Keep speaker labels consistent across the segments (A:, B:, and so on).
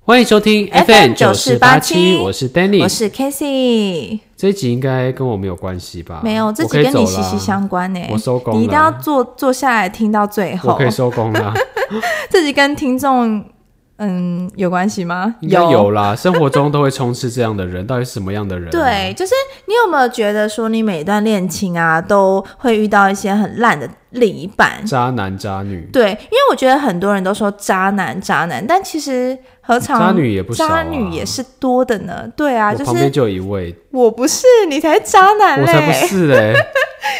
A: 欢迎收听
B: FM
A: 九四八七，我是 Danny，
B: 我是 k a s e y
A: 这一集应该跟我没有关系吧？
B: 没有，这集
A: 我可以
B: 跟你
A: 走
B: 息
A: 了啊
B: 息相关呢、
A: 我收工了
B: 你一定要坐坐下来听到最
A: 我
B: 后
A: 可。以收工啦，
B: 这集跟听众嗯有关系吗？
A: 应该有啦。生活中都会充斥这样的人，到底是什么样的人？，啊
B: 对，就是你有没有觉得说，你每一段恋情啊，都会遇到一些很烂的另一半？
A: 渣男渣女，
B: 对，因为我觉得很多人都说渣男渣男，但其实何尝
A: 渣女也不少啊
B: 渣女也是多的呢？对啊，
A: 我
B: 就
A: 旁边
B: 是
A: 就有一位，
B: 我不是，你才是渣男
A: 我
B: 嘞、
A: 才不 是嘞，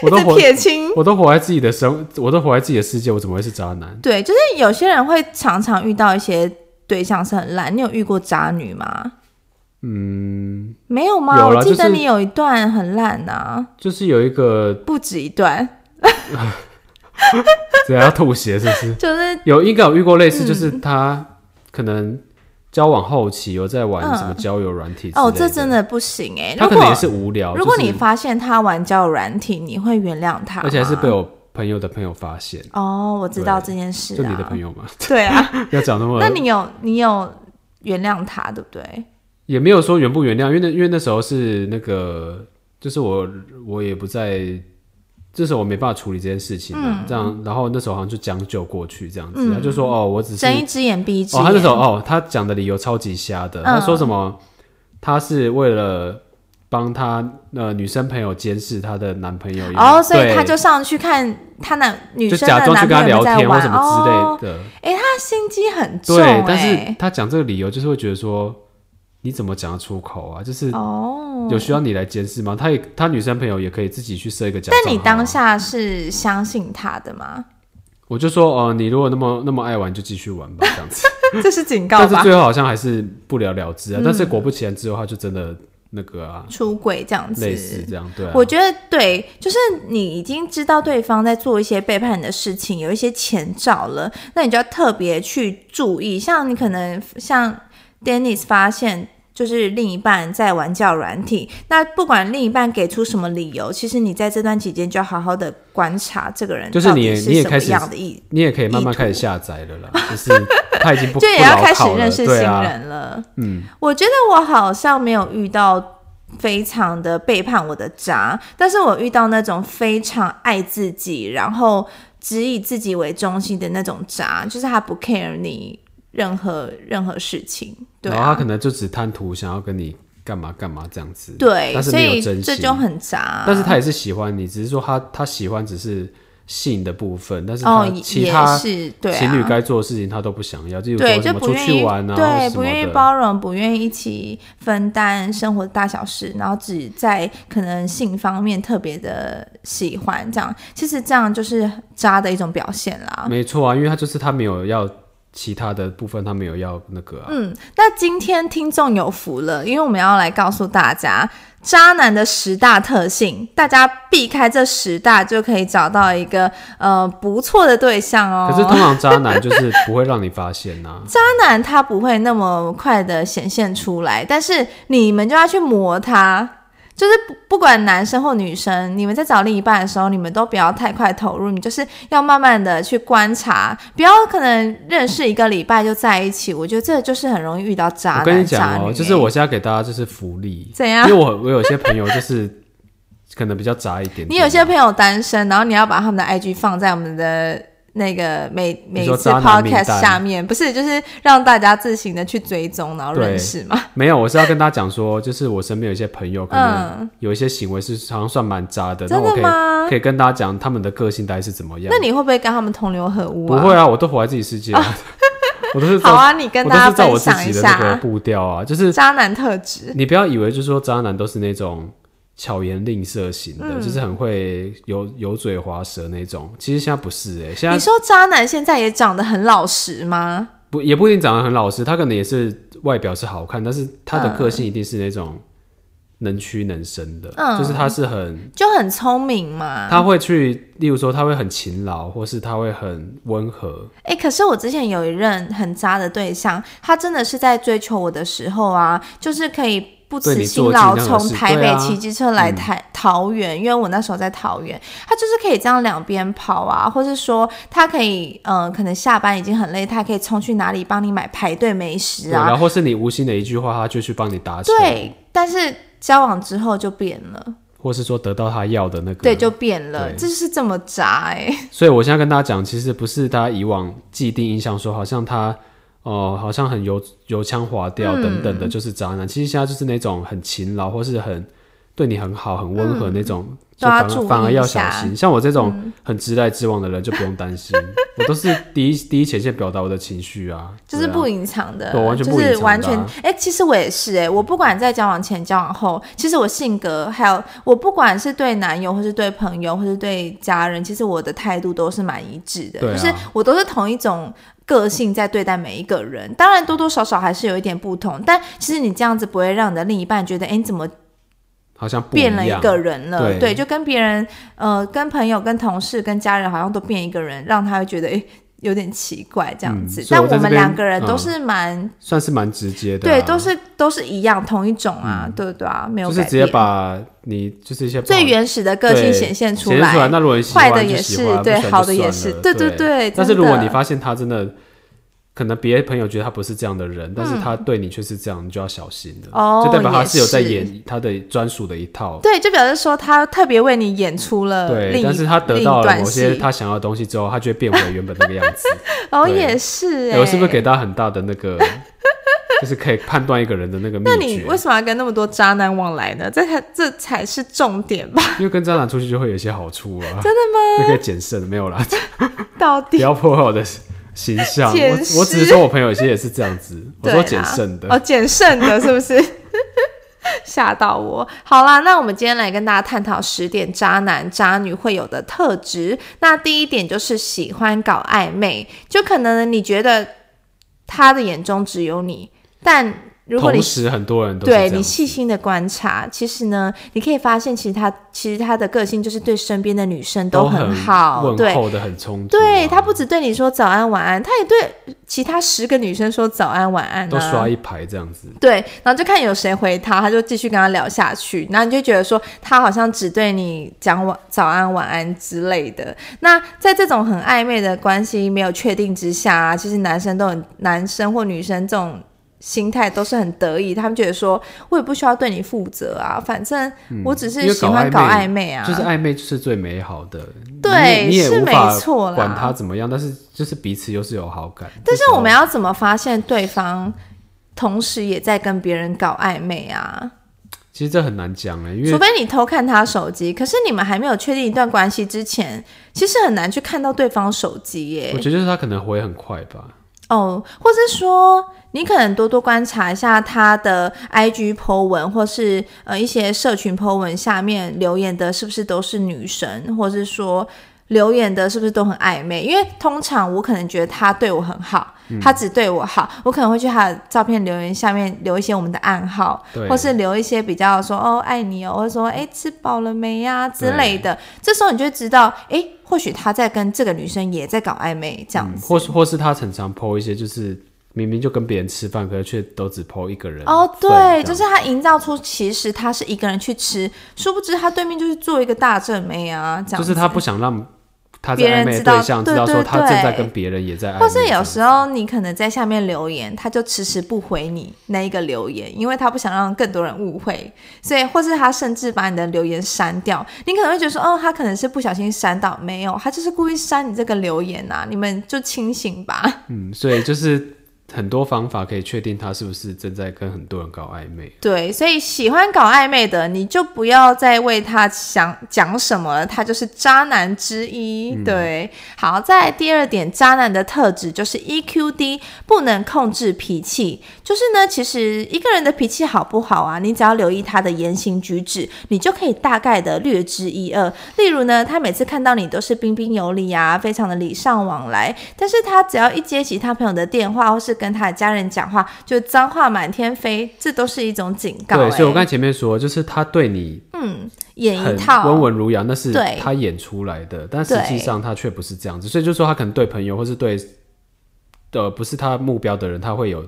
A: 我都
B: 一直
A: 活，
B: 撇清。
A: 我都活在自己的生，我都活在自己的世界，我怎么会是渣男？
B: 对，就是有些人会常常遇到一些对象是很烂，你有遇过渣女吗？嗯，没有吗？
A: 有啦
B: 我记
A: 就
B: 得
A: 是
B: 你有一段很烂啊，
A: 就是有一个
B: 不止一段，
A: 只要吐血，是不是？
B: 就是
A: 有应该有遇过类似，
B: 嗯
A: 就是他可能交往后期有在玩什么交友软体之
B: 哦，
A: 类
B: 这真的不行哎、
A: 他
B: 如
A: 可能也
B: 果
A: 是无聊。
B: 如果
A: 就是
B: 你发现他玩交友软体，你会原谅他吗？
A: 而且还是被我朋友的朋友发现，
B: 哦，我知道这件事
A: 就
B: 啊，
A: 你的朋友嘛，
B: 对啊，
A: 要讲那么
B: 那你有你有原谅他对不对？
A: 也没有说原不原谅，因为那因为那时候是那个，就是我我也不在，这时候我没办法处理这件事情、
B: 嗯
A: 啊，这样，然后那时候好像就将就过去这样子，他就说哦，我只是
B: 睁一只眼闭一只
A: 哦，
B: 眼，嗯
A: 他那时候哦，他讲的理由超级瞎的，他说什么他是为了。帮他呃女生朋友监视她的男朋友，
B: 哦，所以
A: 对
B: 他就上去看他男女
A: 就
B: 生
A: 假
B: 的
A: 装去
B: 男
A: 跟
B: 朋
A: 他
B: 友有
A: 聊
B: 没
A: 天
B: 有在
A: 或
B: 玩
A: 什
B: 哦
A: 么。之类的，
B: 他心机很重、
A: 对
B: 欸，，
A: 但是他讲这个理由，就是会觉得说，你怎么讲得出口啊？就是
B: 哦，
A: 有需要你来监视吗？他也他女生朋友也可以自己去设一个假账号啊。
B: 但你当下是相信他 的吗？
A: 我就说，哦、你如果那么那么爱玩，就继续玩吧，这样 子。
B: 这是警告
A: 但是
B: 吧？嗯
A: 最后好像还是不了了之啊。但是果不其然，之后他就真的那个啊，
B: 出轨这样子，
A: 类似这样，对啊。
B: 我觉得对，就是你已经知道对方在做一些背叛你的事情，有一些前兆了，那你就要特别去注意。像你可能像 Dennis 发现，就是另一半在玩教软体，那不管另一半给出什么理由，其实你在这段期间就要好好的观察这个人
A: 就是
B: 到
A: 你
B: 底
A: 也
B: 是
A: 你也
B: 什么
A: 开始
B: 样的意，
A: 你也可以慢慢
B: 意图
A: 开始下载了啦，就是他已经 不
B: 就也要开始认识
A: 不
B: 新
A: 牢靠了对啊，
B: 人了。
A: 嗯，
B: 我觉得我好像没有遇到非常的背叛我的渣，但是我遇到那种非常爱自己，然后只以自己为中心的那种渣，就是他不 care 你任何任何事情，对
A: 然后他
B: 啊
A: 可，能就只贪图想要跟你干嘛干嘛这样子，
B: 对，
A: 但是
B: 所
A: 没
B: 以
A: 有真心，
B: 这就很渣。
A: 但是他也是喜欢你，只是说他他喜欢只是性的部分，但是
B: 哦
A: 他，
B: 也
A: 其
B: 也
A: 他
B: 是对
A: 情侣
B: 啊。
A: 该做的事情他都不想要，就是
B: 对，
A: 说
B: 就
A: 什么
B: 不
A: 出
B: 愿意
A: 去玩啊，或
B: 对，
A: 者什
B: 不
A: 么
B: 愿意
A: 的
B: 包容，不愿意一起分担生活的大小事，然后只在可能性方面特别的喜欢这样。其实这样就是渣的一种表现啦。
A: 没错啊，因为他就是他没有要其他的部分，他没有要那个啊，
B: 嗯，那今天听众有福了，因为我们要来告诉大家渣男的十大特性，大家避开这十大就可以找到一个呃不错的对象哦。
A: 可是通常渣男就是不会让你发现啊呐、
B: 渣男他不会那么快的显现出来，但是你们就要去磨他，就是不不管男生或女生，你们在找另一半的时候，你们都不要太快投入，你就是要慢慢的去观察，不要可能认识一个礼拜就在一起，我觉得这就是很容易遇到 渣
A: 我跟你
B: 男渣
A: 讲
B: 女、
A: 哦、
B: 欸
A: 就是我现在给大家就是福利，
B: 怎
A: 因
B: 样
A: 为？我我有些朋友就是可能比较渣一点点啊，
B: 你有些朋友单身，然后你要把他们的 IG 放在我们的那个每每
A: 说
B: 一次
A: 渣男名单
B: podcast 下面，不是就是让大家自行的去追踪，然后
A: 对
B: 认识嘛？
A: 没有，我是要跟大家讲说，就是我身边有一些朋友，可能
B: 嗯
A: 有一些行为是好像算蛮渣的，那
B: 真
A: 我
B: 的
A: 可
B: 吗
A: 以可以跟大家讲他们的个性大概是怎么样
B: 那。你会不会跟他们同流合污
A: 不
B: 啊？
A: 会啊，我都活在自己世界啊， 我都是照
B: 好啊，你跟
A: 我
B: 大
A: 都
B: 家
A: 是照
B: 分
A: 我自
B: 享
A: 己
B: 一
A: 的那个
B: 下
A: 步调啊，就是
B: 渣男特质。
A: 你不要以为就是说渣男都是那种巧言令色型
B: 嗯
A: 的，就是很会油油嘴滑舌那种。其实现在不是哎、现
B: 你
A: 在
B: 说渣男现在也长得很老实吗？
A: 不也不一定长得很老实，他可能也是外表是好看，但是他
B: 嗯
A: 的个性一定是那种能屈能伸的，
B: 嗯
A: 就是他是很。
B: 就很聪明嘛。
A: 他会去，例如说他会很勤劳，或是他会很温和，
B: 哎、可是我之前有一任很渣的对象，他真的是在追求我的时候啊，就是可以。不
A: 对
B: 辞
A: 你
B: 辛
A: 做尽
B: 劳
A: 量的
B: 从
A: 事
B: 台
A: 对
B: 北
A: 啊
B: 骑机车来台、桃园，因为我那时候在桃园，他就是可以这样两边跑啊，或是说他可以，嗯、可能下班已经很累，他可以冲去哪里帮你买排队美食
A: 对，然
B: 啊，
A: 后是你无心的一句话，他就去帮你达成，，
B: 对。但是交往之后就变了，
A: 或是说得到他要的那个，
B: 对，就变了，
A: 对啊
B: 这就是这么渣哎、
A: 所以我现在跟大家讲，其实不是大家以往既定印象说，好像他哦、呃好像很油油腔滑调等等
B: 嗯
A: 的，就是渣男。其实现在就是那种很勤劳，或是很对你很好、很温和那种，就
B: 嗯都要
A: 反
B: 注
A: 而
B: 意
A: 反而
B: 一
A: 要小
B: 下嗯
A: 心。像我这种很直来直往的人，就不用担心，我都是第一 第一前线表达我的情绪啊，
B: 就是
A: 对啊
B: 不隐藏的，
A: 对完全
B: 就
A: 不隐
B: 是
A: 藏
B: 完
A: 的
B: 全
A: 啊。
B: 哎、其实我也是哎、我不管在交往前、交往后，其实我性格还有我不管是对男友，或是对朋友，或是对家人，其实我的态度都是蛮一致的，
A: 对啊
B: 就是我都是同一种。个性在对待每一个人，当然多多少少还是有一点不同，但其实你这样子不会让你的另一半觉得，哎、你怎么
A: 好像不
B: 变了
A: 一
B: 一
A: 样
B: 个人了？
A: 对
B: 就跟别人，呃，跟朋友、跟同事、跟家人，好像都变一个人，让他会觉得，哎、有点奇怪这样
A: 嗯
B: 子。
A: 所以
B: 但
A: 我在
B: 我们
A: 这边
B: 两个人都
A: 嗯
B: 是蛮
A: 算是蛮直接的啊、嗯
B: 对，都是都是一样，同一种啊，对对啊，没有
A: 就是
B: 改
A: 直接
B: 变。
A: 把你就是一些不好
B: 最
A: 的
B: 原始的个性
A: 对
B: 显现出
A: 显
B: 来，
A: 那如果你喜
B: 坏
A: 欢
B: 的
A: 就
B: 也
A: 喜
B: 是
A: 欢不
B: 对
A: 喜欢就
B: 好的也
A: 算
B: 是
A: 了
B: 对对
A: 对
B: 对
A: 但是
B: 哎真
A: 如果
B: 的
A: 你发现他真的，可能别的朋友觉得他不是这样的人，但是他对你却是这样，你就要小心了。
B: 嗯哦
A: 就代表他
B: 也
A: 是有在
B: 是
A: 演他的专属的一套。
B: 对，就表示说他特别为你演出了
A: 对，
B: 另一
A: 但是他得到
B: 另一
A: 了
B: 段
A: 某
B: 戏
A: 些，他想要的东西之后，他就会变回原本 那个样子。
B: 哦
A: 对
B: 也是
A: 欸
B: 哎，
A: 我是不是给？大家很大的那个， 就是可以判断一个人的那个秘
B: 那
A: 诀
B: 你？为什么要跟那么多渣男往来呢？这才这才是重点 吧？
A: 因为跟渣男出去就会有一些好处啊。真的吗？就可以减慎，没有啦。
B: 到
A: 不
B: 底
A: 要破坏我的形象。
B: 解
A: 我我只是
B: 释
A: 说我朋友有些也是这样子，我
B: 对
A: 说
B: 啦
A: 谨慎的。
B: 哦，谨慎的是不是？ 吓到我！好啦，那我们今天来跟大家探讨十点渣男渣女会有的特质。那第一点就是喜欢搞暧昧，就可能你觉得他的眼中只有你，但如果你
A: 同时很多人都是这
B: 对
A: 样
B: 你细心的观察，其实呢，你可以发现，其实他其实他的个性就是对身边的女生
A: 都
B: 很
A: 很
B: 好，对
A: 问候的很充足啊、
B: 对他不只对你说早安晚安，他也对其他十个女生说早安晚安、啊，
A: 都刷一排这样子。
B: 对，然后就看有谁回他，他就继续跟他聊下去，然后你就觉得说他好像只对你讲晚早安、晚安之类的。那在这种很暧昧的关系没有确定之下、啊，其实男生都很男生或女生这种。心态都是很得意，他们觉得说，我也不需要对你负责啊，反正我只
A: 因
B: 是
A: 为
B: 喜
A: 搞暧
B: 欢搞
A: 昧
B: 暧昧啊，
A: 就是暧昧就是最美好的，你也
B: 对
A: 你也
B: 是
A: 无
B: 没
A: 法
B: 错啦
A: 管他怎么样，但是就是彼此又是有好感。这
B: 但是
A: 时候
B: 我们要怎么发现对方同时也在跟别人搞暧昧啊？
A: 其实这很难讲哎、因
B: 除
A: 为
B: 非你偷看他手机，可是你们还没有确定一段关系之前，其实很难去看到对方手机
A: 我
B: 耶。
A: 觉得就是他可能回很快吧，
B: 哦，或是说你可能多多观察一下他的 IG po 文，或是呃一些社群 po 文下面留言的是不是都是女生，或是说。留言的是不是都很暧昧？因为通常我可能觉得他对我很好，
A: 嗯
B: 他只对我好，我可能会去他的照片留言下面留一些我们的暗号，
A: 对，
B: 或是留一些比较说哦爱你哦，或者说哎吃饱了没呀、之类的，这时候你就会知道，哎，或许他在跟这个女生也在搞暧昧这样子。
A: 嗯或是或是他常常 PO 一些就是明明就跟别人吃饭，可是却都只 PO 一个人
B: 哦，
A: 份这
B: 对，
A: 样
B: 就是他营造出其实他是一个人去吃，殊不知他对面就是做一个大正妹啊，这样子
A: 就是他不想让他在
B: 别人
A: 暧昧
B: 知
A: 的
B: 道
A: 对象
B: 对
A: 知道
B: 对
A: 说他正在
B: 对
A: 跟别人也在暧昧，
B: 或是有时候你可能在下面留言，他就迟迟不回你那一个留言，因为他不想让更多人误会，所以或是他甚至把你的留言删掉，你可能会觉得说，哦，他可能是不小心删到，没有，他就是故意删你这个留言啊，你们就清醒吧。
A: 嗯，所以就是很多方法可以确定他是不是正在跟很多人搞暧昧。
B: 对，所以喜欢搞暧昧的，你就不要再为他想讲什么了，他就是渣男之一。
A: 嗯
B: 对，好，在第二点，渣男的特质就是 EQ 低，不能控制脾气。就是呢，其实一个人的脾气好不好啊，你只要留意他的言行举止，你就可以大概的略知一二。例如呢，他每次看到你都是彬彬有礼啊，非常的礼尚往来，但是他只要一接起他朋友的电话，或是跟他的家人讲话，就脏话满天飞，这都是一种警告、欸。
A: 对，所以我刚才前面说，就是他对你
B: 演一
A: 很
B: 套啊
A: 温文儒雅，那是
B: 对
A: 他演出来的，但实际上他却不是这样子。所以就说他可能对朋友或是对呃不是他目标的人，他会有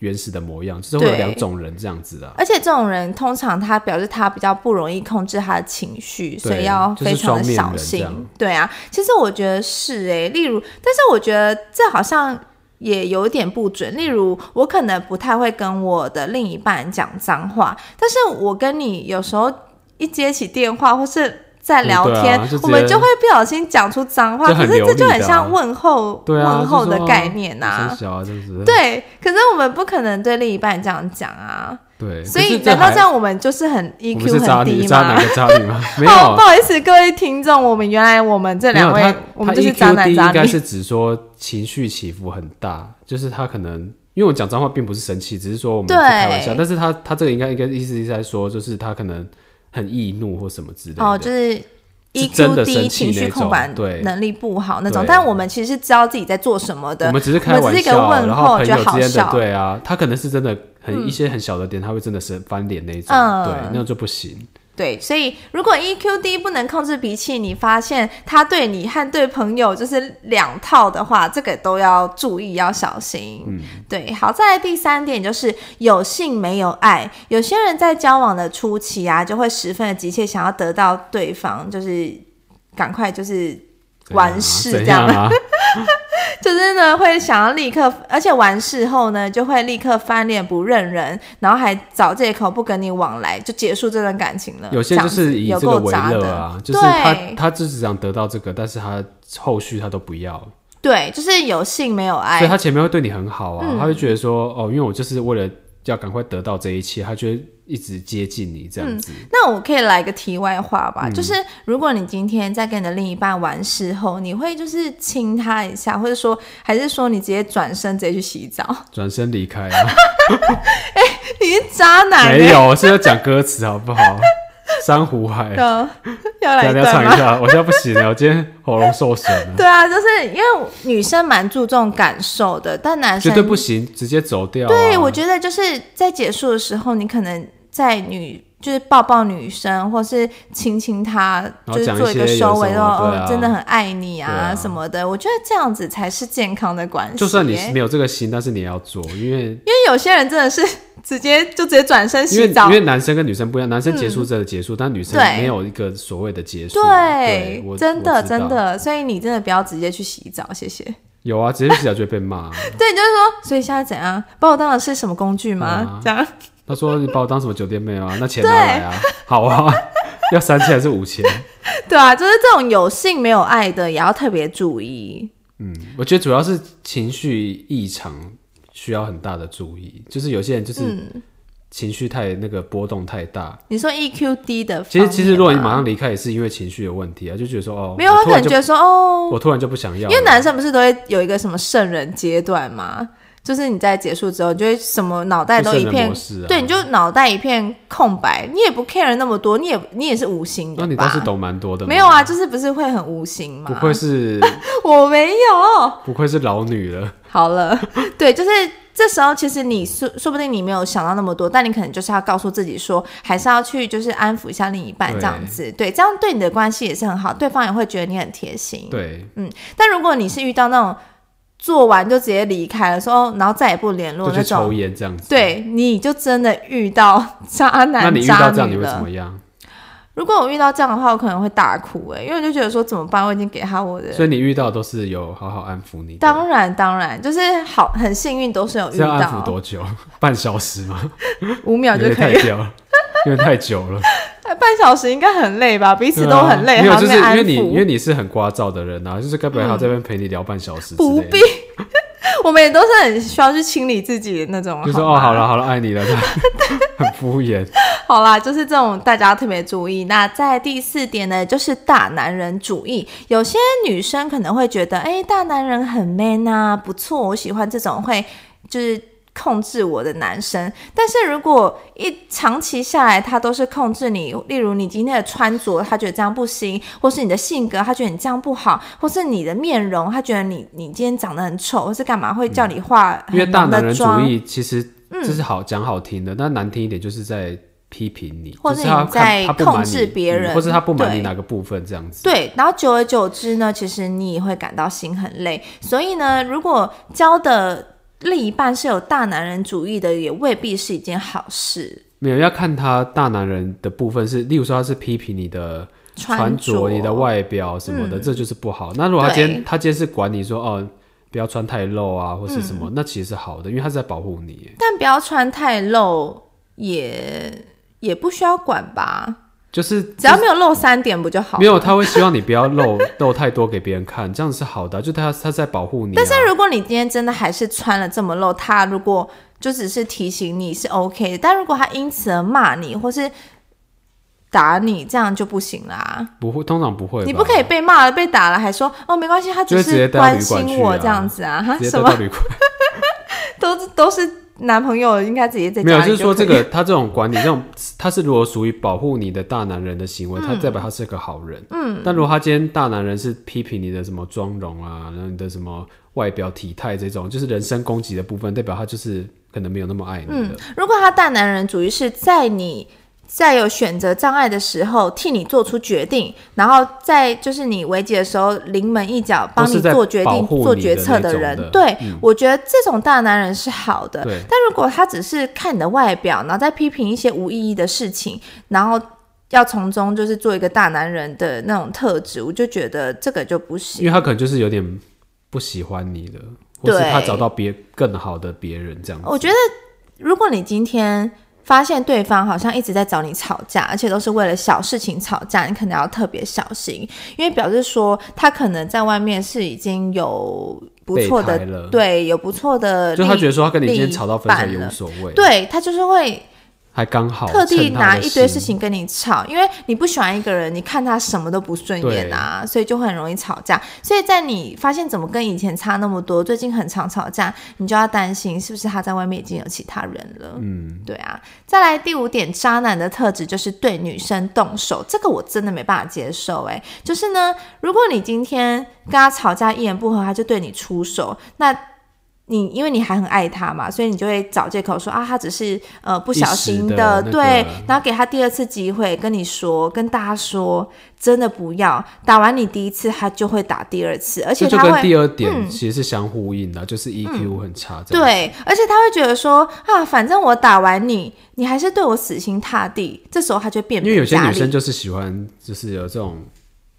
A: 原始的模样，就是会有
B: 对
A: 两种人这样子啊。
B: 而且这种人通常他表示他比较不容易控制他的情绪，所以要非常的小
A: 就是双
B: 心。
A: 面人这样
B: 对啊，其实我觉得是诶、例如，但是我觉得这好像也有点不准。例如，我可能不太会跟我的另一半讲脏话，但是我跟你有时候一接起电话或是。在聊
A: 嗯对啊
B: 天、
A: 就直接
B: 我们就会不小心讲出脏话，
A: 就
B: 可
A: 很
B: 是这就
A: 流利的啊
B: 很像问候、
A: 对啊，
B: 问候
A: 就
B: 的
A: 说
B: 概念呐、
A: 很小啊，这样子。
B: 对，可是我们不可能对另一半这样讲啊。
A: 对，
B: 所以
A: 可是
B: 难道
A: 还
B: 这？样我们就是很
A: 我们是
B: EQ
A: 渣
B: 很
A: 女，
B: 低
A: 渣男
B: 吗？
A: 跟渣女吗？没
B: 哦，不
A: 有，
B: 好意思，各位听众，我们原来我们这
A: 没
B: 两
A: 有。
B: 位
A: 他，
B: 我
A: 他
B: 们就是
A: EQ
B: 渣
A: 低
B: 男渣
A: 应该
B: 女。
A: 是指说情绪起伏很大，就是他可能因为我讲脏话并不是生气，只是说我们
B: 对
A: 在开玩笑，但是他他这个应该应该意思是在说，就是他可能很易怒或什么之类的。
B: 哦，就是
A: 是真
B: EQ
A: 的
B: 低，
A: 生气
B: 情绪
A: 那
B: 控
A: 种
B: 管
A: 对
B: 能力不好那种。
A: 对
B: 但我们其实是知道自己在做什么
A: 我
B: 的。
A: 们只是开
B: 我们
A: 玩
B: 只是一个
A: 笑，
B: 问
A: 然
B: 候
A: 后朋
B: 觉得
A: 友
B: 好
A: 之间
B: 笑
A: 的对啊，他可能是真的很、一些很小的点，他会真的是翻脸那一种，
B: 嗯
A: 对，那样就不行。
B: 对，所以如果 EQ 低不能控制脾气，你发现他对你和对朋友就是两套的话，这个都要注意，要小心。嗯，对。好，再来第三点就是有性没有爱。有些人在交往的初期啊，就会十分的急切想要得到对方，就是赶快就是
A: 怎样啊
B: 完事这
A: 怎
B: 样
A: 样。啊？
B: 就是呢，会想要立刻，而且完事后呢，就会立刻翻脸不认人，然后还找借口不跟你往来，就结束这段感情了。
A: 有些就
B: 这样子
A: 是以
B: 有
A: 这
B: 够
A: 个为
B: 渣
A: 乐
B: 的
A: 啊，就是他
B: 对
A: 他只只想得到这个，但是他后续他都不要，
B: 对，就是有性没有
A: 所以
B: 爱，
A: 他前面会对你很好
B: 嗯
A: 啊，他会觉得说哦，因为我就是为了要赶快得到这一切，他就会一直接近你这样子。
B: 那我可以来个题外话
A: 嗯
B: 吧，就是如果你今天在跟你的另一半完事后，你会就是亲他一下，或者说，还是说你直接转身直接去洗澡？
A: 转身离开啊！
B: 你是渣男、欸，
A: 没有，是要讲歌词好不好？珊瑚 海，
B: 有要来
A: 大
B: 一
A: 家
B: 段
A: 唱
B: 吗
A: 一？欸下，我现在不行了，我今天喉咙受损 了。
B: 对啊，就是因为女生蛮注重感受的，但男
A: 绝
B: 生
A: 对不行，直接走掉、啊。
B: 对，我觉得就是在结束的时候，你可能在女就是抱抱女生，或是亲亲她，
A: 然后
B: 就是
A: 讲一
B: 做一个
A: 些有
B: 收
A: 什
B: 尾，
A: 么
B: 说
A: 对
B: 哦
A: 啊，
B: 真的很爱你啊
A: 对啊
B: 什么的。我觉得这样子才是健康的关系耶。
A: 就算你是没有这个心，但是你也要做，因为
B: 因为有些人真的是直接就直接转身
A: 因为
B: 洗
A: 因
B: 澡，
A: 为男生跟女生不一样，男生结束真的结束，但女生
B: 对
A: 没有一个所谓的结束。对
B: 嗯对，，
A: 我
B: 真的
A: 我知道
B: 真的，所以你真的不要直接去洗澡，谢谢。
A: 有啊，直接洗澡就会被骂。
B: 对，你就是说，所以现在怎样？把我当的是什么工具吗？
A: 啊
B: 这样。
A: 他说你把我当什么酒店妹啊？那钱拿来啊，好啊， 要三千还是五千？
B: 对啊，就是这种有性没有爱的，也要特别注意。
A: 嗯，我觉得主要是情绪异常需要很大的注意，就是有些人就是
B: 嗯
A: 情绪太那个波动太大，
B: 你说 EQ 低的方
A: 其
B: 面吗，
A: 实其实如果你马上离开，也是因为情绪有问题啊，就觉得说哦，
B: 哦没有，
A: 我
B: 他
A: 突
B: 可
A: 然
B: 能
A: 就
B: 觉得说哦，
A: 我突然就不想要
B: 因
A: 了，
B: 为男生不是都会有一个什么圣人阶段吗？就是你在结束之后，你就会什么脑袋都一
A: 就圣人
B: 片
A: 模，式啊
B: 对，你就脑袋一片空白，你也不 care 那么多，你也你也是无心
A: 那
B: 的
A: 你倒
B: 吧？
A: 是懂蛮多的，
B: 没有啊，？就是不是会很无心吗？
A: 不愧， 是
B: 我没有。
A: 不愧是老女了，
B: 好了， 对，就是这时候，其实你说说不定你没有想到那么多，但你可能就是要告诉自己说，还是要去就是安抚一下另一半这
A: 对
B: 样子，对，这样对你的关系也是很好，对方也会觉得你很贴心。，
A: 对，
B: 但如果你是遇到那种做完就直接离开了，说哦然后再也不联络
A: 就
B: 那
A: 去抽
B: 种，
A: 烟这样子。，
B: 对，你就真的遇到渣
A: 那
B: 男
A: 你遇
B: 渣
A: 到这样
B: 女
A: 你会怎
B: 了
A: 么。样？
B: 如果我遇到这样的话，我可能会大哭哎、因为我就觉得说怎么办，我已经给他我的。
A: 所以你遇到都是有好好安抚你的，
B: 当然，当然，就是好，很幸运都是有遇
A: 是要安
B: 到
A: 抚，多久？ 半小时吗？
B: 五秒
A: 有
B: 就
A: 点
B: 可以
A: 太久了，因为太久 了，
B: 哎半小时应该很累吧？彼此都很累，
A: 对啊没
B: 还
A: 有，
B: 要
A: 就是
B: 被
A: 因
B: 安
A: 为你因为
B: 抚，
A: 你是很聒噪的人啊，就是该不会还要在这边陪你聊半小时？
B: 不必，。 我们也都是很需要去清理自己的那种。
A: 就说
B: 吗
A: 哦，好了，好了，爱你了， 这样很敷衍。
B: 好啦，就是这种大家特别注意。那在第四点呢，就是大男人主义。有些女生可能会觉得，哎、大男人很 man 啊，不错，我喜欢这种会就是控制我的男生。但是如果一长期下来，他都是控制你，例如你今天的穿着，他觉得这样不行，或是你的性格，他觉得你这样不好，或是你的面容，他觉得你你今天长得很丑，或是干嘛会叫你化
A: 因为
B: 很
A: 大
B: 浓
A: 男人
B: 的
A: 主
B: 妆，
A: 义其实
B: 嗯
A: 就是好讲好听的，但难听一点就是在批评你，
B: 或
A: 就是他
B: 你
A: 看
B: 在
A: 他不满
B: 控
A: 你
B: 制别
A: 嗯
B: 人
A: 或是他不满
B: 对
A: 你哪个部分这样子。
B: 对，然后久而久之呢，其实你也会感到心很累。所以呢，如果交的另一半是有大男人主义的，也未必是一件好事。
A: 没有要看他大男人的部分是，例如说他是批评你的穿着、你的外表什么的，这就是不好。那如果他今
B: 嗯对
A: 天他今天是管你说哦，不要穿太露啊，或是什
B: 嗯
A: 么，那其实是好的，因为他是在保护你耶。
B: 但不要穿太露，也也不需要管吧，
A: 就是
B: 只要没有露三点不就好？
A: 没有，他会希望你不要露露太多给别人看，这样是好的啊、就他他在保护你、啊。
B: 但是如果你今天真的还是穿了这么露，他如果就只是提醒你是 OK 的，但如果他因此而骂你或是打你，这样就不行啦。
A: 不会，通常不会吧。
B: 你不可以被骂了、被打了，还说哦没关系，他
A: 就
B: 只
A: 会直
B: 是
A: 接带到旅
B: 关
A: 馆去啊
B: 心我这样子啊，哈
A: 直接
B: 什
A: 带到
B: 么
A: 旅馆。
B: 都是都是男朋友，应该直接在
A: 没有，
B: 家
A: 就
B: 里
A: 是说
B: 可
A: 这
B: 以
A: 个他这种管理，这种他是如果属于保护你的大男人的行
B: 嗯
A: 为，他代表他是个好人。嗯，但如果他今天大男人是批评你的什么妆容啊，然后你的什么外表体态这种，就是人身攻击的部分，代表他就是可能没有那么爱你的。
B: 如果他大男人主义是在你在有选择障碍的时候替你做出决定，然后在就是你危机的时候临门一脚帮
A: 都是在
B: 做决
A: 保
B: 定、
A: 护你的嗯
B: 做决策
A: 那种
B: 人，
A: 的
B: 对、我觉得这种大男人是好的。
A: 对
B: 但如果他只是看你的外表，然后再批评一些无意义的事情，然后。要从中就是做一个大男人的那种特质，我就觉得这个就不行
A: 因。为他可能就是有点不喜欢你了，或是
B: 对哦
A: 他找到别更好的别人这样子。
B: 我觉得，如果你今天发现对方好像一直在找你吵架，而且都是为了小事情吵架，你可能要特别小心，因为表示说他可能在外面是已经有不错的
A: 备胎了，
B: 对，有不错的利，
A: 就他觉得说他跟你今天
B: 另一
A: 吵到分手
B: 半
A: 也无
B: 了
A: 所谓，，
B: 对他就是会
A: 还刚好
B: 特地
A: 趁他
B: 拿
A: 的
B: 一
A: 心
B: 堆事情跟你吵，因为你不喜欢一个人，你看他什么都不顺眼啊，所以就会很容易吵架。所以在你发现怎么跟以前差那么多，最近很常吵架，你就要担心是不是他在外面已经有其他人了。嗯，对啊。再来第五点，渣男的特质就是对女生动手，这个我真的没办法接受、欸。哎，就是呢，如果你今天跟他吵架，一言不合他就对你出手，那。你因为你还很爱他嘛，所以你就会找借口说啊，他只是呃不小心
A: 一时的那个
B: 对，然后给他第二次机会，跟你说，跟大家说，真的不要打完你第一次，他就会打第二次，而且
A: 这就
B: 他
A: 跟
B: 会嗯
A: 第二点其实是相呼应的啊，就是 EQ 很差这样。
B: 对，而且他会觉得说啊，反正我打完你，你还是对我死心塌地，这时候他就变
A: 因为有
B: 本
A: 些
B: 加
A: 女
B: 厉
A: 生。就是喜欢，就是有这种，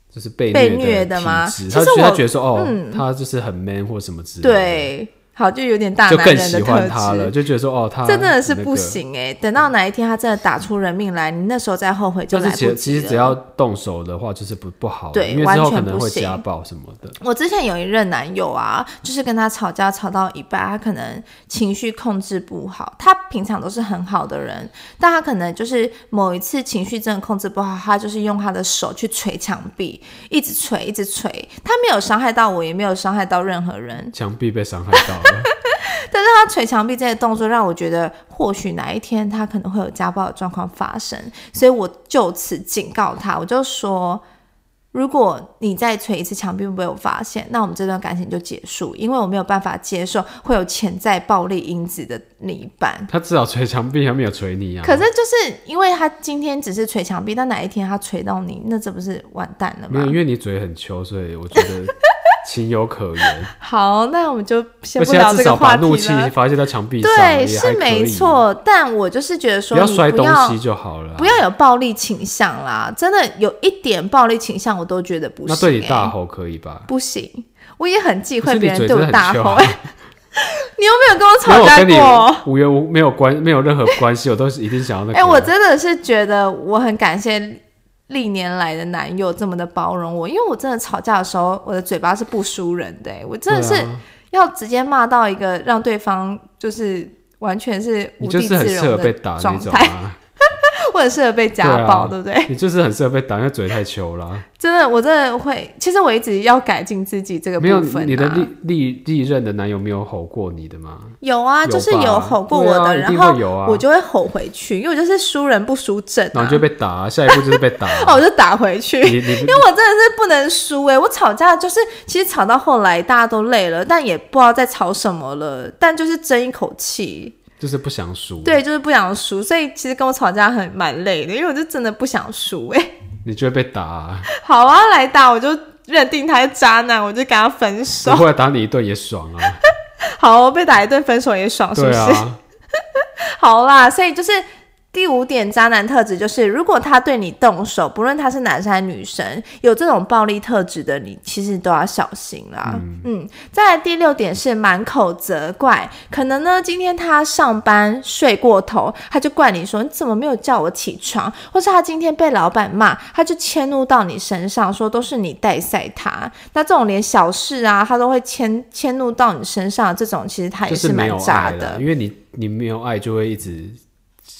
A: 就是被
B: 被
A: 虐
B: 虐的吗
A: 体质
B: 其
A: 她
B: 实
A: 觉得她
B: 我嗯
A: 觉得说，哦，她就是很 man 或什么之类的，
B: 对，好，就有点大
A: 就
B: 男
A: 更
B: 人的
A: 喜
B: 特
A: 欢她了，
B: 质。
A: 就觉得说，哦，她
B: 这真的是
A: 那
B: 不
A: 个。
B: 行哎、等到哪一天他真的打出人命来，你那时候再后悔就
A: 但
B: 来
A: 是其
B: 不
A: 实其
B: 及
A: 实只
B: 了。
A: 要动手的话，就是不不好的，
B: 对
A: 因为之后
B: 完全
A: 可能
B: 不
A: 会
B: 行
A: 家暴什么的。
B: 我之前有一任男友啊，就是跟他吵架吵到一半，他可能情绪控制不好。他平常都是很好的人，但他可能就是某一次情绪真的控制不好，他就是用他的手去捶墙壁，一直捶，一直捶。他没有伤害到我，也没有伤害到任何人。
A: 墙壁被伤害到了，
B: 但是他捶墙壁这些动作让我觉得，或许哪一天他可能会有家暴的状况发生，所以我就此警告他，我就说。如果你再捶一次墙壁被我发现，那我们这段感情就结束，因为我没有办法接受会有潜在暴力因子的另一半。
A: 他至少捶墙壁，还没有捶你啊。
B: 可是就是因为他今天只是捶墙壁，但哪一天他捶到你，那这不是完蛋了
A: 没有，
B: 吗
A: 因？为你嘴很秋，所以我觉得 情有可原。
B: 好，那我们就先
A: 而
B: 不
A: 且他
B: 聊
A: 至
B: 这
A: 少
B: 个
A: 把
B: 话题
A: 怒气
B: 了。
A: 发泄到墙壁上，也
B: 对，
A: 还
B: 是
A: 可
B: 没
A: 以。
B: 错，但我就是觉得说，
A: 不
B: 你
A: 要摔东
B: 要
A: 西就好了啊。
B: 不要有暴力倾向啦，真的有一点暴力倾向我都觉得不行、
A: 那
B: 欸。
A: 对你大吼可以 吧？
B: 不行，我也很忌
A: 可
B: 讳
A: 是
B: 别
A: 你
B: 人
A: 嘴
B: 对
A: 真的
B: 我
A: 很
B: 大
A: 翘
B: 吼、
A: 啊
B: 欸。你有没有跟我
A: 因为
B: 吵
A: 我
B: 架
A: 跟你
B: 过？
A: 无缘无没有关没有任何关系，我都是一定想要那个。
B: 哎、我真的是觉得我很感谢历年来的男友这么的包容我，因为我真的吵架的时候，我的嘴巴是不输人的、欸，我真的是
A: 对啊
B: 要直接骂到一个让对方就是完全是
A: 你
B: 无
A: 就
B: 地
A: 是很
B: 自
A: 适合
B: 容
A: 被
B: 的
A: 打那
B: 状
A: 种
B: 态，
A: 啊，
B: 我很适合被
A: 对
B: 家
A: 啊
B: 暴，对不对？
A: 你就是很适合被打，因为嘴太球了啊。
B: 真的，我真的会。其实我一直要改进自己这个部
A: 没有
B: 分、啊。
A: 你的历历历任的男友没有吼过你的吗？
B: 有啊，
A: 有吧
B: 就是有吼过我的，
A: 对啊一
B: 然
A: 定
B: 后
A: 会有啊
B: 我就会吼回去，因为我就是输人不输阵、啊，
A: 然后就被打啊，下一步就是被打啊。
B: 哦，我就打回去。
A: 你你
B: 因为我真的是不能输哎、我吵架就是其实吵到后来大家都累了，但也不知道在吵什么了，但就是争一口气，
A: 就是不想输，
B: 对，就是不想输，所以其实跟我吵架很蛮累的，因为我就真的不想输哎、
A: 你就会被打啊，
B: 好啊，来打我就认定他是渣男，我就跟他分手
A: 然。后来打你一顿也爽啊。
B: 好，被打一顿分手也爽，哦是不
A: 对
B: 是？
A: 啊，
B: 好啦，所以就是第五点渣男特质，就是如果他对你动手，不论他是男生还是女生，有这种暴力特质的你，其实都要小心啦。嗯再来第六点是满口责怪，可能呢今天他上班睡过头，他就怪你说你怎么没有叫我起床，或是他今天被老板骂，他就迁怒到你身上，说都是你带赛他。那这种连小事啊，他都会迁迁怒到你身上，这种其实他
A: 就
B: 也
A: 是没
B: 蛮
A: 有
B: 渣
A: 爱
B: 的
A: 啦，。因为你你没有爱就会一直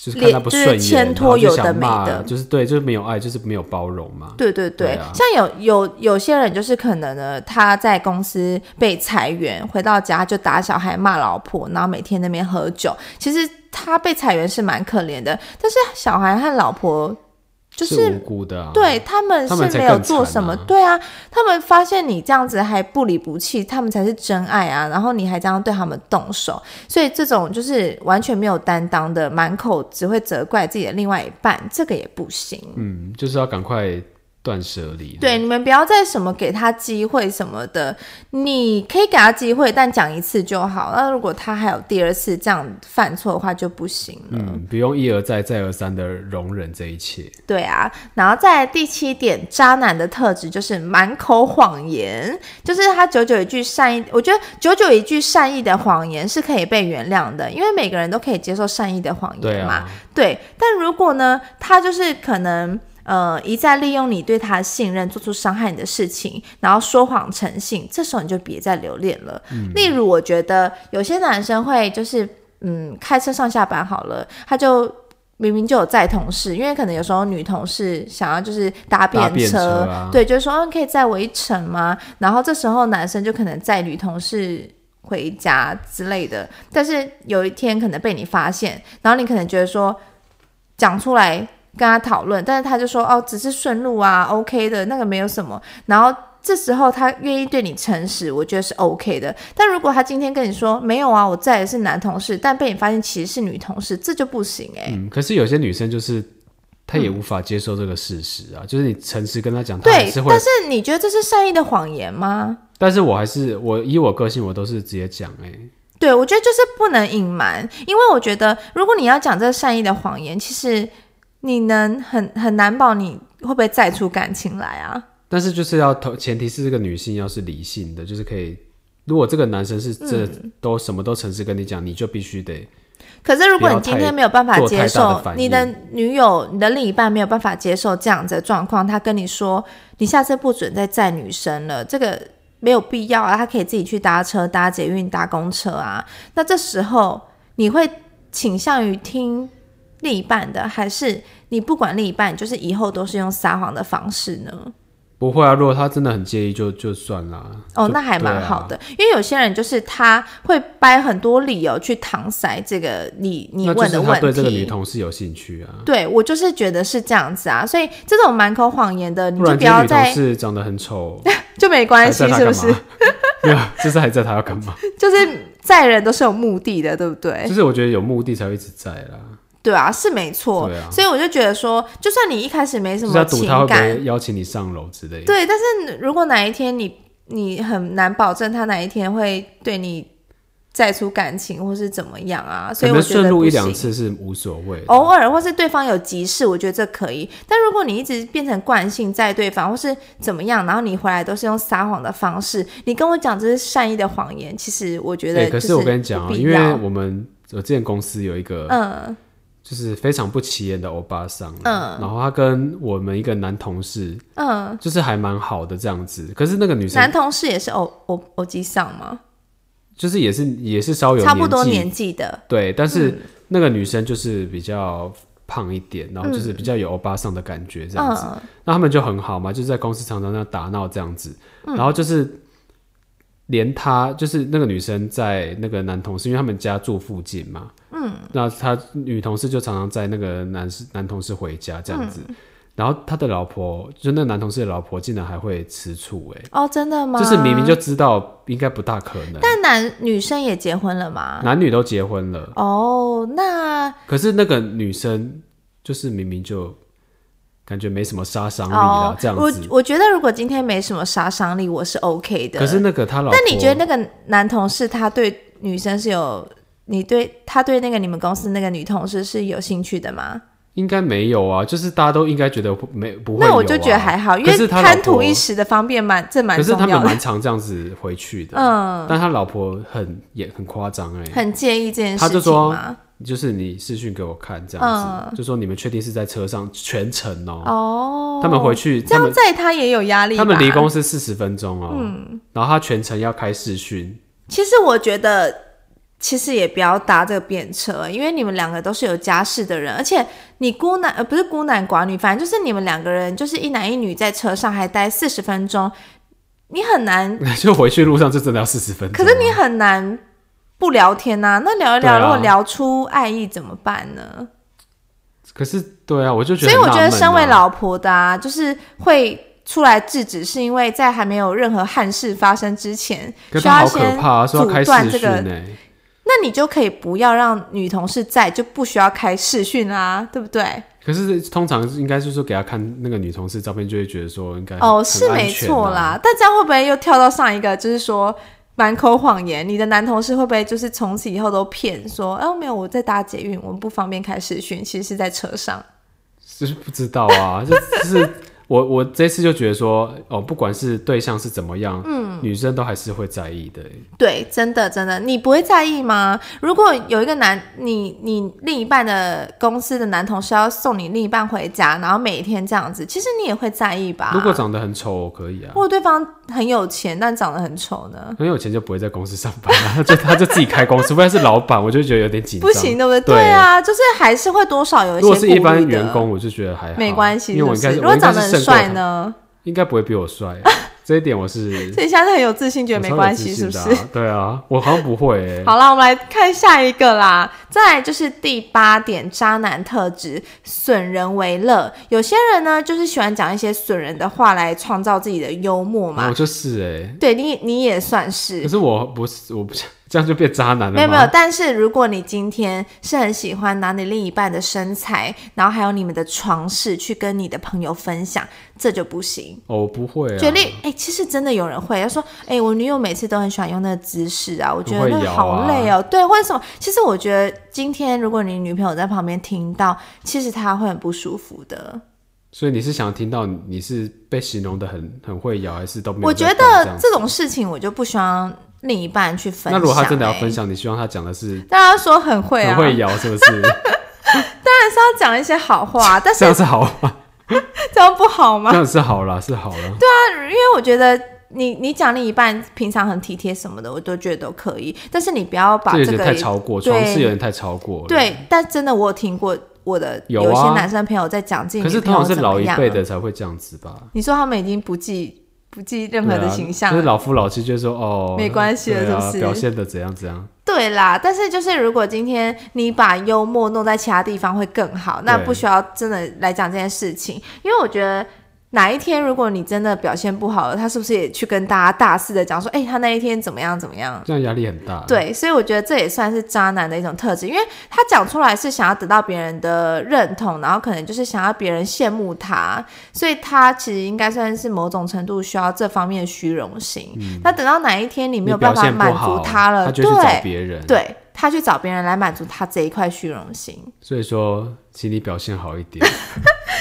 A: 就是看
B: 脸
A: 他不
B: 就是
A: 顺眼，
B: 牵
A: 然后
B: 拖
A: 就
B: 有的
A: 想骂
B: 没的
A: 就是对，就是没有爱，就是没有包容嘛。
B: 对对对，
A: 对啊
B: 像有有有些人就是可能呢，他在公司被裁员，回到家就打小孩、骂老婆，然后每天那边喝酒。其实他被裁员是蛮可怜的，但是小孩和老婆就是
A: 无辜的、啊，
B: 对他们
A: 他们
B: 是
A: 才
B: 没有
A: 更
B: 做
A: 惨
B: 什么，
A: 啊
B: 对啊，他们发现你这样子还不离不弃，他们才是真爱啊。然后你还这样对他们动手，所以这种就是完全没有担当的，满口只会责怪自己的另外一半，这个也不行。
A: 嗯，就是要赶快断舍离。
B: 对，你们不要再什么给他机会什么的，你可以给他机会，但讲一次就好。那如果他还有第二次这样犯错的话，就不行了。
A: 嗯，不用一而再、再而三的容忍这一切。
B: 对啊，然后再来第七点，渣男的特质就是满口谎言，就是他久久一句善意，我觉得久久一句善意的谎言是可以被原谅的，因为每个人都可以接受善意的谎
A: 对
B: 言嘛。
A: 啊，
B: 对，但如果呢，他就是可能呃一再利用你对他的信任，做出伤害你的事情，然后说谎成性，这时候你就别再留恋了。
A: 嗯
B: 例如，我觉得有些男生会就是嗯开车上下班好了，他就。明明就有载同事，因为可能有时候女同事想要就是搭便
A: 搭便车啊
B: 对，就是说，嗯，可以载我一程吗？然后这时候男生就可能载女同事回家之类的，但是有一天可能被你发现，然后你可能觉得说讲出来跟他讨论，但是他就说哦，只是顺路啊，OK 的，那个没有什么。然后这时候他愿意对你诚实，我觉得是 OK 的。但如果他今天跟你说没有啊，我载的是男同事，但被你发现其实是女同事，这就不行哎、嗯
A: 嗯，可是有些女生就是她也无法接受这个事实啊，就是你诚实跟她讲，她还
B: 对
A: 是，会
B: 但，是你觉得这是善意的谎言吗？
A: 但是我还是我以我个性，我都是直接讲哎、
B: 对，我觉得就是不能隐瞒，因为我觉得如果你要讲这个善意的谎言，其实你能很很难保你会不会再出感情来啊。
A: 但是就是要投，前提是这个女性要是理性的，就是可以。如果这个男生是这都什么都诚实跟你讲，你就必须得
B: 可是，如
A: 不
B: 果你
A: 要
B: 今
A: 太
B: 天没有办法
A: 做
B: 接
A: 太大的
B: 受
A: 反
B: 你
A: 应
B: 的女友、你的另一半没有办法接受这样子的状况，他跟你说你下次不准再载女生了，这个没有必要啊，他可以自己去搭车、搭捷运、搭公车啊。那这时候你会倾向于听另一半的，还是你不管另一半，就是以后都是用撒谎的方式呢？
A: 不会啊。如果他真的很介意就，就算啦。
B: 哦，
A: 就
B: 那还蛮好。
A: 对啊
B: 的，因为有些人就是他会掰很多理由去搪塞这个你你
A: 那就
B: 问
A: 是
B: 的问
A: 他
B: 题。
A: 对这个女同事有兴趣啊，
B: 对我就是觉得是这样子啊，所以这种满口谎言的，你
A: 不
B: 就
A: 然
B: 不
A: 这个
B: 要
A: 女同
B: 再
A: 事长得很丑，
B: 就没关系
A: 还，在
B: 是
A: 她
B: 不
A: 干
B: 是
A: 嘛？？ 没有，就是还在他要干嘛？
B: 就是载人都是有目的的，对不对
A: 就？是我觉得有目的才会一直在啦，
B: 对啊，是没错。
A: 对啊
B: 所以我就觉得说，就算你一开始没什
A: 就是
B: 么
A: 要赌
B: 情
A: 他会不
B: 感，
A: 会邀请你上楼之类的。
B: 对，但是如果哪一天你你很难保证他哪一天会对你再出感情或是怎么样啊，
A: 可
B: 所以我
A: 能
B: 觉得
A: 顺路
B: 不
A: 一两
B: 行
A: 次是无所谓的，
B: 偶尔或是对方有急事，我觉得这可以。但如果你一直变成惯性在对方，或是怎么样，然后你回来都是用撒谎的方式，你跟我讲这是善意的谎言，其实我觉得、
A: 欸
B: 就
A: 可是我跟你讲啊，因为
B: 我
A: 我们我之前公司有一个，
B: 嗯
A: 就是非常不起眼的欧巴桑，啊
B: 嗯
A: 然后他跟我们一个男同事，
B: 嗯，
A: 就是还蛮好的这样子，可是那个女生
B: 男同事也是偶偶偶机上吗？
A: 就是也是也是稍有
B: 差不多
A: 纪
B: 年纪的，
A: 对，但是
B: 嗯
A: 那个女生就是比较胖一点，然后就是比较有欧巴桑的感觉这样子。
B: 嗯
A: 那他们就很好嘛，就是在公司常常那打闹这样子，
B: 嗯
A: 然后就是。连她就是那个女生在那个男同事，因为他们家住附近嘛，嗯，那她女同事就常常在那个男士男同事回家这样子，
B: 嗯
A: 然后他的老婆就那个男同事的老婆竟然还会吃醋、欸，
B: 哦，真的吗？
A: 就是明明就知道应该不大可能，
B: 但男女生也结婚了吗？
A: 男女都结婚了，
B: 哦，那
A: 可是那个女生就是明明就感觉没什么杀伤力啦，
B: 哦
A: 这，样
B: 我
A: 子。
B: 我觉得如果今天没什么杀伤力，我是 OK 的。
A: 可是那个她老婆，
B: 但你觉得那个男同事他对女生是有你对他对那个你们公司那个女同事是有兴趣的吗？
A: 应该没有啊，就是大家都应该觉得没不会、啊。
B: 那我就觉得还好，因
A: 可是
B: 为
A: 他老
B: 贪图
A: 婆
B: 一时的方便蛮这蛮
A: 可是
B: 重
A: 他
B: 要
A: 们
B: 的
A: 蛮，常这样子回去的，
B: 嗯，
A: 但他老婆很也很夸张哎，
B: 很介意这件
A: 他就
B: 事情
A: 说
B: 吗？
A: 就是你视讯给我看这样子，就说你们确定是在车上全程哦、
B: 嗯哦，
A: 他们回去，
B: 这
A: 他
B: 样
A: 们
B: 在他也有压力吧。嗯
A: 他们离公司四十分钟哦、然后他全程要开视讯，
B: 其实我觉得，其实也不要搭这个便车，因为你们两个都是有家室的人，而且你孤男呃不是孤男寡女，反正就是你们两个人就是一男一女在车上还待四十分钟，你很难，
A: 就回去路上就真的要四十分钟
B: 可
A: 啊。
B: 是你很难不聊天呐、那聊一
A: 对
B: 聊，
A: 啊
B: 如果聊出爱意怎么办呢？
A: 可是对啊，我就觉
B: 所
A: 得
B: 以
A: 很
B: 我
A: 纳闷啊、
B: 觉得，身为老婆的啊，就是会。出来制止，是因为在还没有任何憾事发生之前，
A: 可
B: 需
A: 是他好可
B: 先
A: 怕、啊，说要
B: 阻
A: 开
B: 断
A: 视
B: 这
A: 讯欸
B: 个
A: 呢、
B: 那你就可以不要让女同事在，就不需要开视讯啦，对不对？
A: 可是通常应该是说给他看那个女同事照片，就会觉得说应该很
B: 哦，是
A: 很安
B: 没
A: 全
B: 错
A: 啊。
B: 啦，但这样会不会又跳到上一个，就是说满口谎言？你的男同事会不会就是从此以后都骗说，哦，没有，我在搭捷运，我们不方便开视讯，其实是在车上。
A: 就是不知道啊， 就就是我我这次就觉得说，哦，不管是对象是怎么样，嗯，女生都还是会在意的欸。
B: 对，真的真的，你不会在意吗？如果有一个男，你你另一半的公司的男同事要送你另一半回家，然后每天这样子，其实你也会在意吧？
A: 如果长得很丑，我可以啊
B: 如。果对方很有钱，但长得很丑呢？
A: 很有钱就不会在公司上班啊，他 就他就自己开公司，除非他是老板，我就觉得有点紧张。
B: 不行，对不对？
A: 对
B: 对啊，就是还是会多少有一些
A: 如果是一
B: 顾虑
A: 般
B: 的
A: 员工，我就觉得还好，
B: 没关系，
A: 因为我应
B: 是
A: 该
B: 不
A: 是
B: 是？如
A: 我
B: 果
A: 应该
B: 长
A: 是
B: 得很
A: 胜过
B: 帅
A: 他，
B: 呢？
A: 应该不会比我帅 啊，这一点我是
B: 所以现在很有自信，觉得没关系，
A: 我
B: 是
A: 超有自
B: 不
A: 信
B: 是
A: 的？啊对啊，我好像不会欸。
B: 好啦，我们来看下一个啦。再来就是第八点，渣男特质，损人为乐。有些人呢，就是喜欢讲一些损人的话来创造自己的幽默嘛。
A: 我哦就是哎，
B: 对你，你也算是
A: 可。是我不是，我不这样就变渣男了吗？
B: 没有没有，但是如果你今天是很喜欢拿你另一半的身材，然后还有你们的床事去跟你的朋友分享，这就不行。
A: 哦，我不会啊。
B: 举例，哎、其实真的有人会，他说，哎、我女友每次都很喜欢用那个姿势啊，我觉得
A: 会
B: 那个
A: 摇
B: 好
A: 啊
B: 累哦、对，为什么？其实我觉得今天如果你女朋友在旁边听到，其实她会很不舒服的。
A: 所以你是想听到你是被形容的很很会摇，还是都没有？
B: 我觉得。这种事情我就不希望另一半去分享、
A: 那如果他真的要分
B: 哎，
A: 享，你希望他讲的是
B: 大家说很会啊，
A: 很会摇，是不 是？
B: 但是要讲一些 好话，但
A: 这
B: 是
A: 样是 好，
B: 这样不好吗
A: 这？样是好啦，是好啦。
B: 因为我觉得你你讲另一半平常很体贴什么的，我都觉得都可以，但是你不要把
A: 这有
B: 啊这
A: 点
B: 个
A: 太
B: 也
A: 超过，
B: 对
A: 床事有点太超过了。，
B: 对，但真的我有听过我的
A: 有
B: 一些
A: 啊
B: 男生朋友在讲自己
A: 可是
B: 女
A: 通
B: 朋友
A: 常是
B: 怎
A: 老
B: 么
A: 一
B: 样。啊
A: 辈的才会这样子吧？
B: 你说他们已经不计不计任何
A: 对
B: 的
A: 啊
B: 形象
A: 就是
B: 了。
A: 老夫老妻就说哦，
B: 没关系了
A: 对啊
B: 是不是
A: 表现的怎样怎样？
B: 对啦，但是就是如果今天你把幽默弄在其他地方会更好，那
A: 对
B: 不需要真的来讲这件事情，因为我觉得哪一天如果你真的表现不好了，他是不是也去跟大家大肆的讲说，哎、他那一天怎么样怎么样？
A: 这样压力很大。，
B: 对，所以我觉得这也算是渣男的一种特质，因为他讲出来是想要得到别人的认同，然后可能就是想要别人羡慕他，所以他其实应该算是某种程度需要这方面的虚荣心。那等到哪一天你没
A: 嗯你
B: 有办
A: 表
B: 法
A: 现
B: 满
A: 不
B: 足
A: 好，
B: 他了，
A: 就去找
B: 对
A: 别人。，
B: 对，他去找别人来满足他这一块虚荣心，
A: 所以说，请你表现好一点。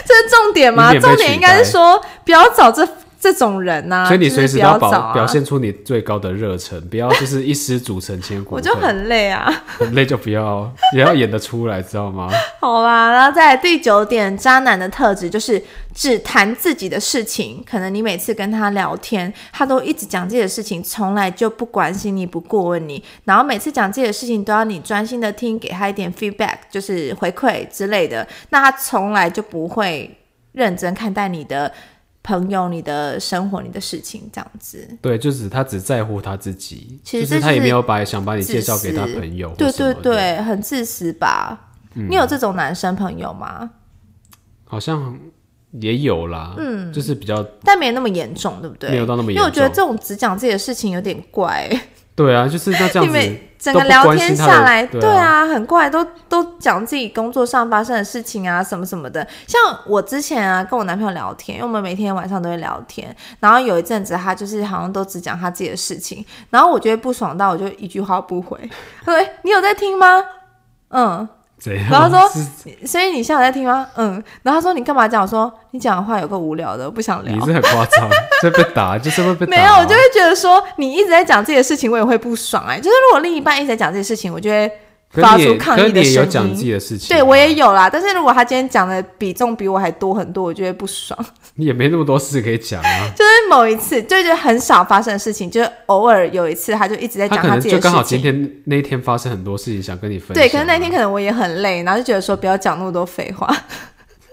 B: 这是重点吗？
A: 以免被
B: 重点
A: 取
B: 应该
A: 代
B: 是说不要找这这种人呐、
A: 所以你
B: 啊就
A: 随
B: 是
A: 时
B: 不
A: 都要
B: 要
A: 保、
B: 找啊
A: 表。现出你最高的热忱，不要就是一失足成千古
B: 我
A: 恨。
B: 就很累啊。
A: 很累，就不要 也要演得出来，知道吗？
B: 好啦，然后再来第九点，渣男的特质就是只谈自己的事情。可能你每次跟他聊天，他都一直讲自己的事情，从来就不关心你，不过问你。然后每次讲自己的事情，都要你专心的听，给他一点 feedback，就是回馈之类的。那他从来就不会认真看待你的朋友、你的生活、你的事情这样子。
A: 对，就只他只在乎他自己，
B: 其实
A: 就
B: 这
A: 是他
B: 就
A: 也
B: 是
A: 没有把想把你
B: 自
A: 介绍给他
B: 私
A: 朋友，
B: 对对，对，很自私吧？你有这种男生朋友吗？
A: 好像也有啦，嗯，就是比较
B: 但没那么严重，对不对？
A: 没有到那么严重，
B: 因为我觉得这种只讲自己的事情有点怪、
A: 对啊，就是那 这样
B: 你
A: 子
B: 们整
A: 都
B: 个
A: 不
B: 聊
A: 关
B: 天
A: 心他
B: 下
A: 的
B: 来，
A: 对
B: 对啊，很怪，都都讲自己工作上发生的事情啊，什么什么的。像我之前啊，跟我男朋友聊天，因为我们每天晚上都会聊天，然后有一阵子他就是好像都只讲他自己的事情，然后我觉得不爽到我就一句话不回， 他说：“哎你有在听吗？”嗯，
A: 怎样？
B: 然后说
A: 是
B: 所以你现在有在听吗？嗯，然后他说你干嘛讲？我说你讲的话有个无聊的，我不想聊
A: 你。是很夸张，这被打就是会被打、
B: 没有，我就会觉得说你一直在讲自己的事情，我也会不爽哎、就是如果另一半一直在讲自己的事情，我就会
A: 可
B: 发
A: 你
B: 出
A: 也
B: 抗
A: 可
B: 议
A: 你
B: 的
A: 也有
B: 声
A: 讲自己
B: 音。
A: 的事情啊，
B: 对我也有啦，但是如果他今天讲的比重比我还多很多，我就会不爽。
A: 你也没那么多事可以讲啊。
B: 就是某一次，就是很少发生的事情，就是偶尔有一次，他就一直在讲
A: 可能
B: 自己
A: 就
B: 的
A: 刚好
B: 事
A: 今
B: 情。
A: 天那一天发生很多事情想跟你分享啊、
B: 对，可是那天可能我也很累，然后就觉得说不要讲那么多废话，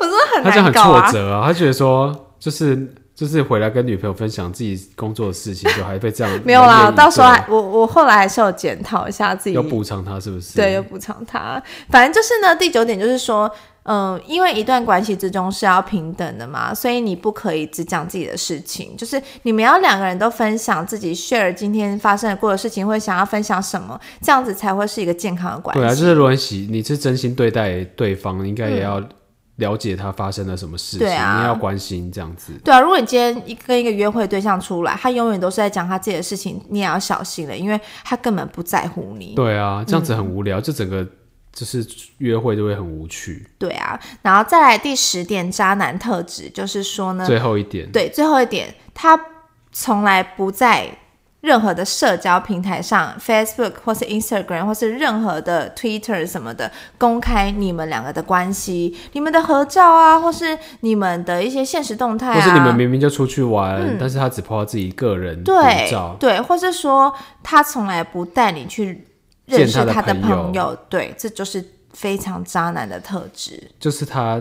B: 我真的很
A: 他就
B: 难
A: 很
B: 搞
A: 挫
B: 啊。
A: 折啊，他觉得说就是就是回来跟女朋友分享自己工作的事情，就还被这样
B: 没有
A: 冷
B: 啦，
A: 眼
B: 到
A: 一
B: 时候
A: 对
B: 还我我后来还是有检讨一下自己
A: 要补偿他是不是？
B: 对，又补偿他。反正就是呢，第九点就是说，嗯、因为一段关系之中是要平等的嘛，所以你不可以只讲自己的事情，就是你们要两个人都分享自己 share 今天发生的过的事情，或者想要分享什么，这样子才会是一个健康的关系。
A: 对啊，就是如果你喜你是真心对待对方，应该也要了解他发生了什么事情，
B: 嗯对啊
A: 你也要关心这样子。
B: 对啊，如果你今天一跟一个约会对象出来，他永远都是在讲他自己的事情，你也要小心了，因为他根本不在乎你。
A: 对啊，这样子很无聊，这整个就是约会就会很无趣。
B: 对啊，然后再来第十点，渣男特质就是说呢，
A: 最后一点，
B: 对，最后一点，他从来不在任何的社交平台上，Facebook 或是 Instagram 或是任何的 Twitter 什么的公开你们两个的关系，你们的合照啊，或是你们的一些现实动态啊，嗯
A: 或是你们明明就出去玩，但是他只 po 自己个人独
B: 对
A: 照，
B: 对，或是说他从来不带你去认
A: 见
B: 识
A: 他的
B: 的
A: 朋
B: 朋
A: 友
B: 友，对，这就是非常渣男的特质。
A: 就是他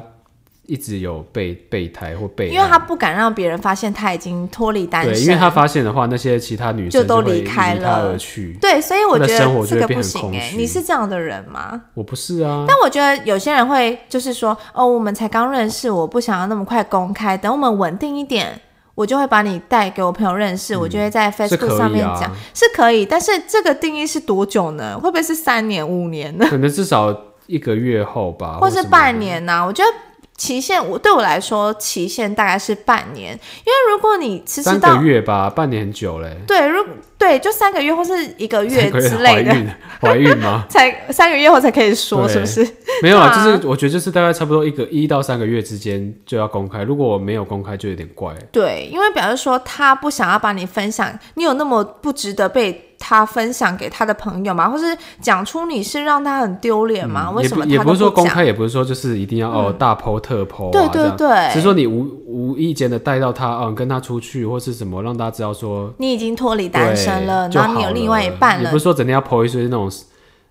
A: 一直有备备胎或备案，
B: 因为他不敢让别人发现他已经脱离单身，
A: 啊对，因为他发现的话，那些其他女
B: 就
A: 生
B: 都
A: 会
B: 离开
A: 他
B: 了
A: 而去。
B: 对，所以我
A: 他的
B: 觉
A: 生活
B: 得
A: 就
B: 这
A: 会
B: 个
A: 变很
B: 不行
A: 空
B: 哎、
A: 虚
B: 你是这样的人吗？
A: 我不是啊，
B: 但我觉得有些人会就是说，哦，我们才刚认识，我不想要那么快公开，等我们稳定一点，我就会把你带给我朋友认识，我就会在
A: 嗯是可
B: Facebook
A: 以
B: 上面
A: 啊
B: 讲，是可以，但是这个定义是多久呢？会不会是三年、五年呢？
A: 可能至少一个月后吧，
B: 或
A: 啊或
B: 是
A: 什么
B: 半年呐、我觉得期限，我对我来说期限大概是半年，因为如果你迟迟
A: 三
B: 到
A: 个，月吧，半年很久嘞，
B: 对，如对就三个月或是一个月
A: 三个月
B: 之类的
A: 怀，孕怀孕吗？
B: 才三个月后才可以说，
A: 对
B: 是不是？
A: 没有啊，
B: 对啊
A: 就是我觉得就是大概差不多一个一到三个月之间就要公开，如果我没有公开就有点怪。
B: 对，因为表示说他不想要把你分享，你有那么不值得被他分享给他的朋友吗？或是讲出你是让他很丢脸吗？啊为
A: 嗯也
B: 什
A: 不
B: 么
A: 也
B: 他
A: 不
B: 都
A: 是说公
B: 讲？嗯
A: 开，也不是说就是一定要、哦大剖特剖、啊，
B: 对对
A: 这样只是
B: 对，
A: 说你无无意间的带到他，嗯，跟他出去或是什么，让大家知道说
B: 你已经脱离单身了，
A: 对就
B: 然后你有
A: 好
B: 另外一
A: 了
B: 半
A: 也
B: 了
A: 不。是说整天要 po 一些那种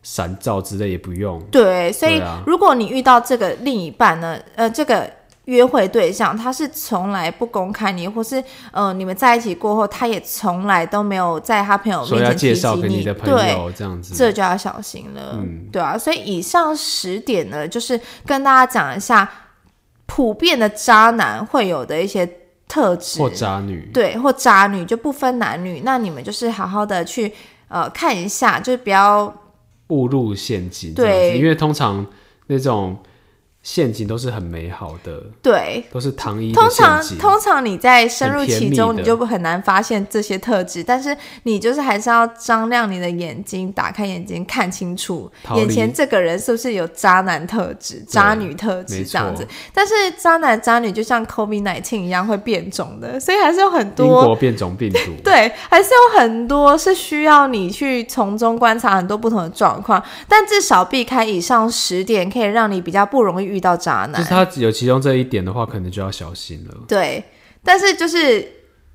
A: 闪照之类，也不用。
B: 对，所以
A: 对啊
B: 如果你遇到这个另一半呢，呃，这个约会对象，他是从来不公开你，或是呃，你们在一起过后，他也从来都没有在他朋友
A: 说
B: 面
A: 要
B: 前
A: 介
B: 提及
A: 绍给你的朋
B: 对，
A: 友这样子，
B: 这就要小心了，
A: 嗯
B: 对啊，所以以上十点呢，就是跟大家讲一下普遍的渣男会有的一些特质，
A: 或渣女，
B: 对，或渣女就不分男女，那你们就是好好的去呃看一下，就是不要
A: 误入陷阱这样子。
B: 对
A: 因为通常那种陷阱都是很美好的，
B: 对。
A: 都是糖衣的
B: 通
A: 陷
B: 常，
A: 阱。
B: 通常你在深入
A: 很甜
B: 其
A: 蜜
B: 中，
A: 的
B: 你就很难发现这些特质。但是你就是还是要张亮你的眼睛，打开眼睛看清楚，
A: 逃离
B: 眼前这个人是不是有渣男特质、渣女特质
A: 没
B: 这样
A: 错
B: 子。但是渣男渣女就像 COVID 1 9一样会变种的，所以还是有很
A: 英
B: 多
A: 国变种病毒，
B: 对，还是有很多是需要你去从中观察很多不同的状况。但至少避开以上十点，可以让你比较不容易遇到渣男。
A: 就是他有其中这一点的话，可能就要小心了。
B: 对，但是就是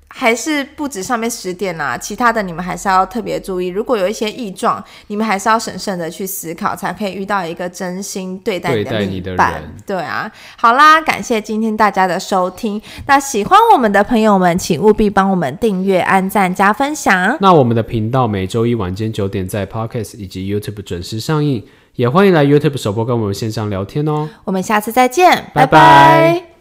B: 还是不止上面十点啦，其他的你们还是要特别注意。如果有一些异状，你们还是要审慎的去思考，才可以遇到一个真心对待你
A: 对
B: 的
A: 待
B: 另
A: 你
B: 一
A: 的
B: 半
A: 人。
B: 对啊，好啦，感谢今天大家的收听。那喜欢我们的朋友们，请务必帮我们订阅、按赞、加分享。
A: 那我们的频道每周一晚间九点在 Podcast 以及 YouTube 准时上映，也欢迎来 YouTube 首播跟我们线上聊天哦。
B: 我们下次再见，
A: 拜
B: 拜拜